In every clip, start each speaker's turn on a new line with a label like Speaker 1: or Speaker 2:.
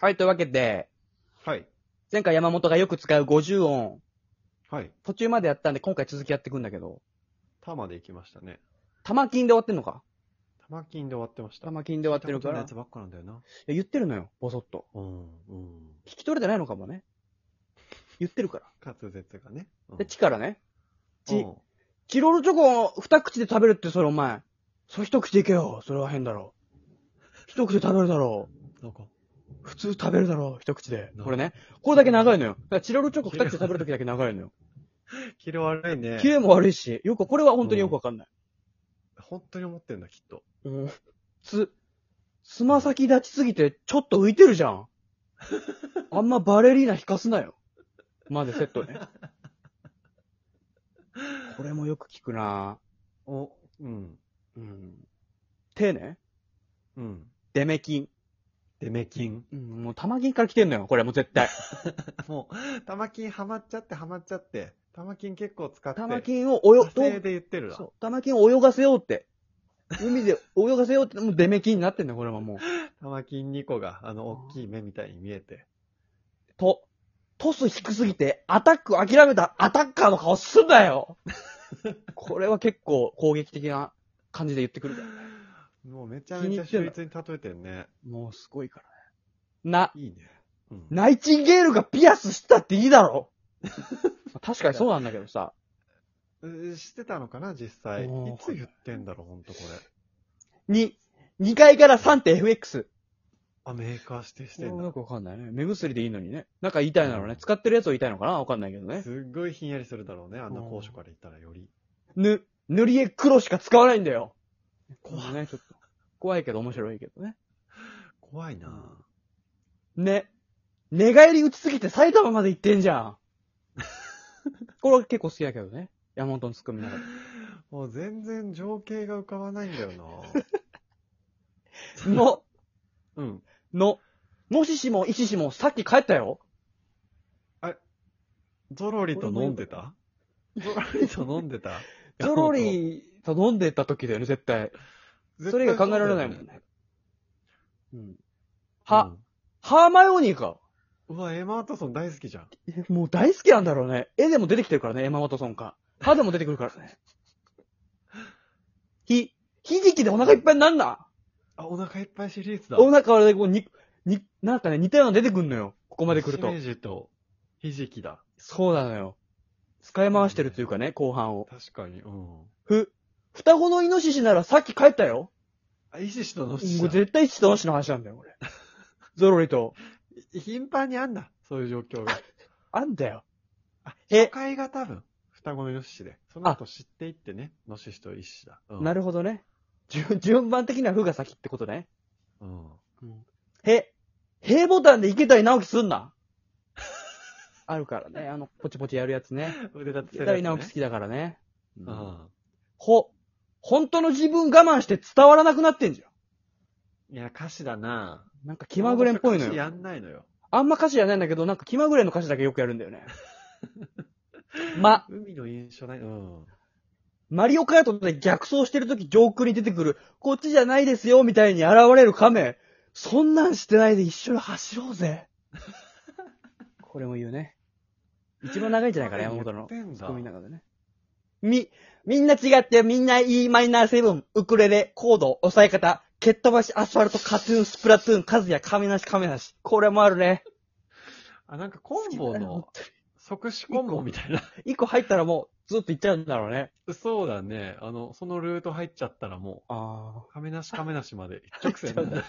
Speaker 1: はい、というわけで、
Speaker 2: はい。
Speaker 1: 前回山本がよく使う50音、
Speaker 2: はい。
Speaker 1: 途中までやったんで今回続きやってくんだけど、
Speaker 2: タマで行きましたね。
Speaker 1: 玉金で終わってんのか
Speaker 2: 玉金で終わってました。
Speaker 1: 玉金で終わってるか
Speaker 2: 玉
Speaker 1: ら。い
Speaker 2: 金のやつばっかなんだよな。
Speaker 1: や言ってるのよ、ぼそっと。
Speaker 2: うん、うん。
Speaker 1: 聞き取れてないのかもね。言ってるから。
Speaker 2: 滑舌がね。うん
Speaker 1: で、チからね。
Speaker 2: う
Speaker 1: チ、
Speaker 2: ん
Speaker 1: チロルチョコを二口で食べるってそれお前。そう一口でいけよ。それは変だろ。一口で食べるだろう。
Speaker 2: なんか、
Speaker 1: 普通食べるだろう。一口で
Speaker 2: な。
Speaker 1: これね。これだけ長いのよ。だからチロルチョコ二口で食べるときだけ長いのよ。
Speaker 2: キレ悪いね。
Speaker 1: キレも悪いし、よく、これは本当によくわかんない。
Speaker 2: 本当に思ってんだ、きっと。
Speaker 1: うんつ、つま先立ちすぎて、ちょっと浮いてるじゃん。 あんまバレリーナ引かすなよ。までセット ね。これもよく聞くな
Speaker 2: お、うん。
Speaker 1: うん。手ね。
Speaker 2: うん。
Speaker 1: デメキン。
Speaker 2: デメ金。
Speaker 1: うん、もう玉金から来てんのよ、これもう絶 対。
Speaker 2: もう、玉金ハマっちゃってハマっちゃって。玉金結構使って。
Speaker 1: 玉金を泳、
Speaker 2: 派生で言ってるな。
Speaker 1: そう、玉金を泳がせようって。海で泳がせようって、もうデメキンになってんのよ、これはもう。
Speaker 2: 玉金2個が、あの、大きい目みたいに見えて。
Speaker 1: と、トス低すぎて、アタック諦めたアタッカーの顔すんなよ これは結構攻撃的な感じで言ってくるからね。
Speaker 2: もうめちゃめちゃ秀逸に例えてんね。
Speaker 1: もうすごいからね。な、
Speaker 2: いいね。うん。
Speaker 1: ナイチンゲールがピアスしたっていいだろ 確かにそうなんだけどさ、
Speaker 2: うんしてたのかな、実際。い
Speaker 1: おー
Speaker 2: つ言ってんだろう、ほんとこれ。
Speaker 1: に、2階から3って FX。
Speaker 2: あ、メーカー指定してん
Speaker 1: な
Speaker 2: だ
Speaker 1: ん。かわかんないね。目薬でいいのにね。なんか言いたいなのね。使ってるやつを言いたいのかなわかんないけどね。
Speaker 2: すっごいひんやりするだろうね、あんな高所から行ったらより。
Speaker 1: ぬ、塗り絵黒しか使わないんだよ。
Speaker 2: 怖い
Speaker 1: これね、ちょっと。怖いけど面白いけどね。
Speaker 2: 怖いな
Speaker 1: ね。寝返り打ちすぎて埼玉まで行ってんじゃん。 これは結構好きだけどね。山本のツッコミながら。
Speaker 2: もう全然情景が浮かばないんだよな
Speaker 1: の、
Speaker 2: うん。
Speaker 1: の、もししも、いししも、さっき帰ったよ。
Speaker 2: ゾロリと飲んでたゾロリと飲んでた
Speaker 1: ゾロリと飲んでた時だよね、絶対。
Speaker 2: 絶対
Speaker 1: それ以外考えられないも
Speaker 2: そ
Speaker 1: ん
Speaker 2: うだよ
Speaker 1: ね。うん。は、、ハーマイオニーか。
Speaker 2: うんうわ、エマ・ワトソン大好きじゃん。
Speaker 1: もう大好きなんだろうね。絵でも出てきてるからね、エマ・ワトソンか。歯でも出てくるから ね。ひ、ひじきでお腹いっぱいになんな
Speaker 2: あ、お腹いっぱいシリーズだ。
Speaker 1: お腹でこう、に、に、なんかね、似たようなの出てくんのよ。ここまで来ると
Speaker 2: し。めじと、ひじきだ。
Speaker 1: そうなのよ。使い回してるというかね、後半を。
Speaker 2: 確かに、うん。
Speaker 1: ふ、双子のイノシシならさっき帰ったよ。
Speaker 2: あ、イシシとの
Speaker 1: もう絶対父とのしの話なんだよ、これ。 ゾロリと。
Speaker 2: 頻繁にあんだ、そういう状況が。
Speaker 1: あんだよ。
Speaker 2: あ、
Speaker 1: え
Speaker 2: 初回が多分、双子のヨシシで。その後知っていってね、ノシシとイシシだ。うん、
Speaker 1: な
Speaker 2: る。
Speaker 1: るほどね。順、順番的にはふが先ってことね。
Speaker 2: うん。
Speaker 1: へ、へボタンで池谷直樹すん な。あるからね、あの、ポチポチやるやつ ね。
Speaker 2: 腕立て
Speaker 1: 池谷直樹好
Speaker 2: ね。
Speaker 1: きだからね。う
Speaker 2: う
Speaker 1: ん
Speaker 2: ん。
Speaker 1: ほ、本当の自分我慢して伝わらなくなってんじゃん。
Speaker 2: いや、歌詞だな
Speaker 1: なんか気まぐれんっぽいの
Speaker 2: 歌詞
Speaker 1: よ。
Speaker 2: やんないのよ。
Speaker 1: あんま歌詞じゃないんだけど、なんか気まぐれの歌詞だけよくやるんだ よね。ま、
Speaker 2: 海の印象ない。うん。
Speaker 1: マリオカートで逆走してるとき上空に出てくる、こっちじゃないですよ、みたいに現れる亀。そんなんしてないで一緒に走ろうぜ。 これも言うね。一番長いんじゃないかな、山本
Speaker 2: 言
Speaker 1: の
Speaker 2: っ。てん
Speaker 1: ツ
Speaker 2: だ
Speaker 1: ッコミの中でね。み、みんな違って、みんな Em7、ウクレレ、コード、押さえ方、蹴っ飛ばし、アスファルト、カトゥーン、スプラトゥーン、カズヤ、亀梨、亀梨。これもあるね。
Speaker 2: あ、なんかコンボの、即死コンボみたいな。
Speaker 1: 一個入ったらもう、ずっといっちゃうんだろうね。
Speaker 2: そうだね。あの、そのルート入っちゃったらも
Speaker 1: ああ。
Speaker 2: う、亀梨亀梨まで一直線だね。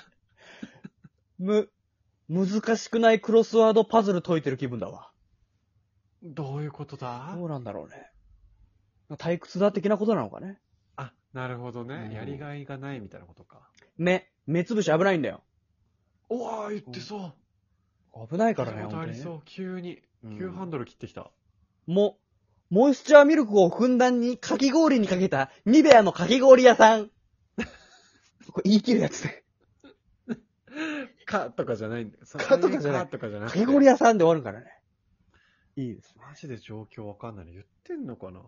Speaker 1: む、難しくないクロスワードパズル解いてる気分だわ。
Speaker 2: どういうことだ
Speaker 1: どうなんだろうね。退屈だ的なことなのかね。
Speaker 2: あ、なるほど
Speaker 1: うん
Speaker 2: ね。やりがいがないみたいなことか。
Speaker 1: 目、目つぶし危ないんだよ。
Speaker 2: おわー、言ってそう。
Speaker 1: 危ないからね、
Speaker 2: 聞いたこと
Speaker 1: 本
Speaker 2: あ
Speaker 1: 当
Speaker 2: り
Speaker 1: に
Speaker 2: そ
Speaker 1: ね。
Speaker 2: う。急に、急ハンドル切ってき た。
Speaker 1: も、モイスチャーミルクをふんだんにかき氷にかけた、ニベアのかき氷屋さん。 これ言い切るやつね。
Speaker 2: かとかじゃないんだよ。
Speaker 1: かとかじゃない
Speaker 2: かとかじゃな
Speaker 1: か
Speaker 2: く
Speaker 1: き
Speaker 2: て
Speaker 1: 氷屋さんで終わるからね。いいですね。
Speaker 2: マジで状況わかんないの言ってんのかな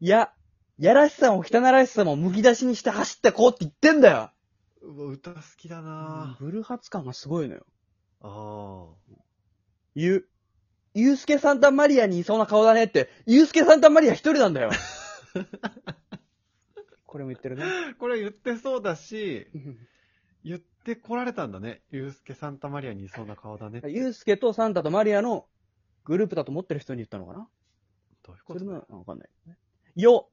Speaker 2: い
Speaker 1: や、やらしさも汚らしさも剥き出しにして走ってこうって言ってんだよ。
Speaker 2: うわ、歌好きだな
Speaker 1: ブルーハーツ感がすごいのよ。
Speaker 2: あ
Speaker 1: ゆ、ゆうすけサンタマリアにいそうな顔だねって、ゆうすけサンタマリア一人なんだ よ。これも言ってるね。
Speaker 2: あ。これ言ってそうだし、言ってこられたんだね。ゆうすけサンタマリアにいそうな顔だね。
Speaker 1: ゆうすけとサンタとマリアのグループだと思ってる人に言ったのかな
Speaker 2: どういう
Speaker 1: そ
Speaker 2: こ
Speaker 1: れ
Speaker 2: と
Speaker 1: もわかんないけどね。よ、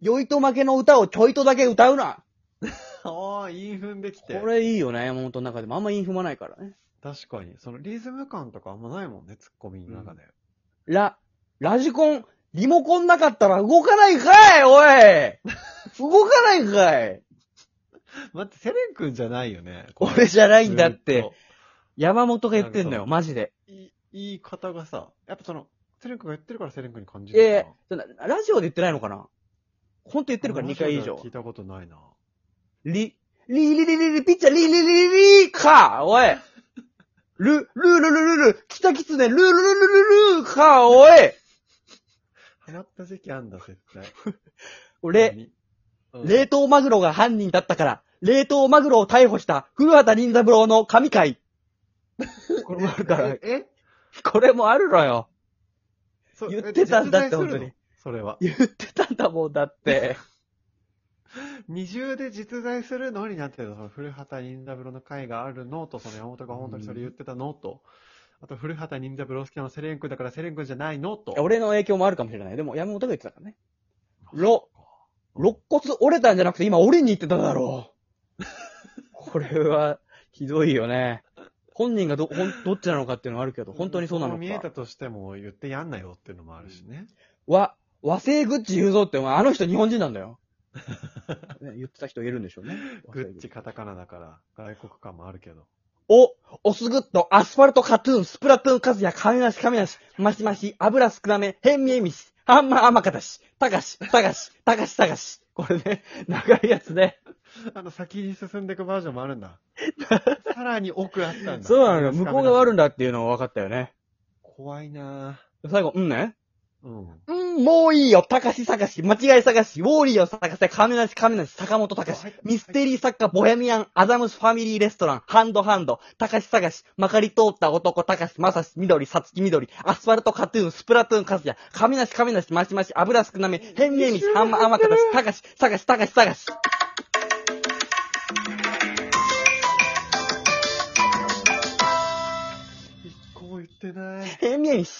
Speaker 1: よいと負けの歌をちょいとだけ歌うな
Speaker 2: ああ、韻踏んでき
Speaker 1: こ
Speaker 2: て。
Speaker 1: れいいよね、山本の中でも。あんま韻踏まないからね。
Speaker 2: 確かに。そのリズム感とかあんまないもんね、ツッコミの中で。
Speaker 1: ラ、ラジコン、リモコンなかったら動かないんかいおい動かないんかい
Speaker 2: 待って、セレン君じゃないよね。
Speaker 1: 俺じゃないんだっ
Speaker 2: ず
Speaker 1: て
Speaker 2: っ。と。
Speaker 1: 山本が言ってんの
Speaker 2: な
Speaker 1: よ、
Speaker 2: るほど
Speaker 1: マジで。
Speaker 2: い言い方がさ、やっぱその、セレン君が言ってるからセレン君に感じ
Speaker 1: いやい
Speaker 2: る
Speaker 1: や
Speaker 2: のかな。
Speaker 1: そんなラジオで言ってないのかなほんと言ってるから2回以上
Speaker 2: 聞。いたことないな。
Speaker 1: リ、リリリリリ、ピッチャー、リリリリリか、おい。ル、ルルルルル、北キツネ、ルルルルルルか、おい。
Speaker 2: 流行った時期あんだ、絶 対。
Speaker 1: 俺、
Speaker 2: 何、うん
Speaker 1: 冷凍マグロが犯人だったから、冷凍マグロを逮捕した古畑任三郎の神回。これもあるから
Speaker 2: え、え
Speaker 1: これもあるのよ。
Speaker 2: そ
Speaker 1: 言ってたんだって
Speaker 2: え実在する
Speaker 1: 本
Speaker 2: の
Speaker 1: 当に
Speaker 2: それは。
Speaker 1: 言ってたんだもん、だって。
Speaker 2: 二重で実在するのになってるの。その古畑任三郎の会があるのと、その山本が本当にそれ言ってたのと、あと古畑任三郎好きなのセレン君だからセレン君じゃないのと。
Speaker 1: 俺の影響もあるかもしれない。でも山本が言ってたからね。
Speaker 2: あ、
Speaker 1: ろ、肋骨折れたんじゃなくて今折りに行ってただろう。これは、ひどいよね。本人がど、ほん、どっちなのかっていうのはあるけど、本当にそうなの
Speaker 2: 見え
Speaker 1: か。
Speaker 2: たとしても言ってやんなよっていうのもあるしね。
Speaker 1: わ、和製グッチ言うぞって、お前あの人日本人なんだよ。ね、言ってた人いるんでしょうね。
Speaker 2: グッチカタカナだから、外国感もあるけど。
Speaker 1: お、オスグッド、アスファルト、カトゥーン、スプラトゥーン、カズヤ、亀梨、亀梨、マシマシ、油少なめ、ヘンミエミシ、ハンマー、アマカタシ、タカシ、タカシ、タカシ、タカシ。これね、 長いやつね。
Speaker 2: あの、先に進んでいくバージョンもある んだ。さらに奥あったんだ。
Speaker 1: そうなのよ。向こう側あるん
Speaker 2: だ。
Speaker 1: だっていうのが分かったよね。
Speaker 2: 怖いな
Speaker 1: 最後、うんね。
Speaker 2: ぁ。うん。
Speaker 1: うん、もういいよ、高し探し、間違い探し、ウォーリーを探せ、亀梨亀梨、坂本高し
Speaker 2: はい、
Speaker 1: ミステリー作家、ボヘミアン、アダムスファミリーレストラン、ハンドハンド、高し探し、まかり通った男、高し、まさし、緑、さつき緑、アスファルトカトゥーン、スプラトゥーン、カズヤ、亀梨亀梨、ましまし、油少なめ、ヘンネミシ、ハンマー、アマカタシ、高し、探し、探し、探し。
Speaker 2: 一個も言ってない。
Speaker 1: ヘンネミシ。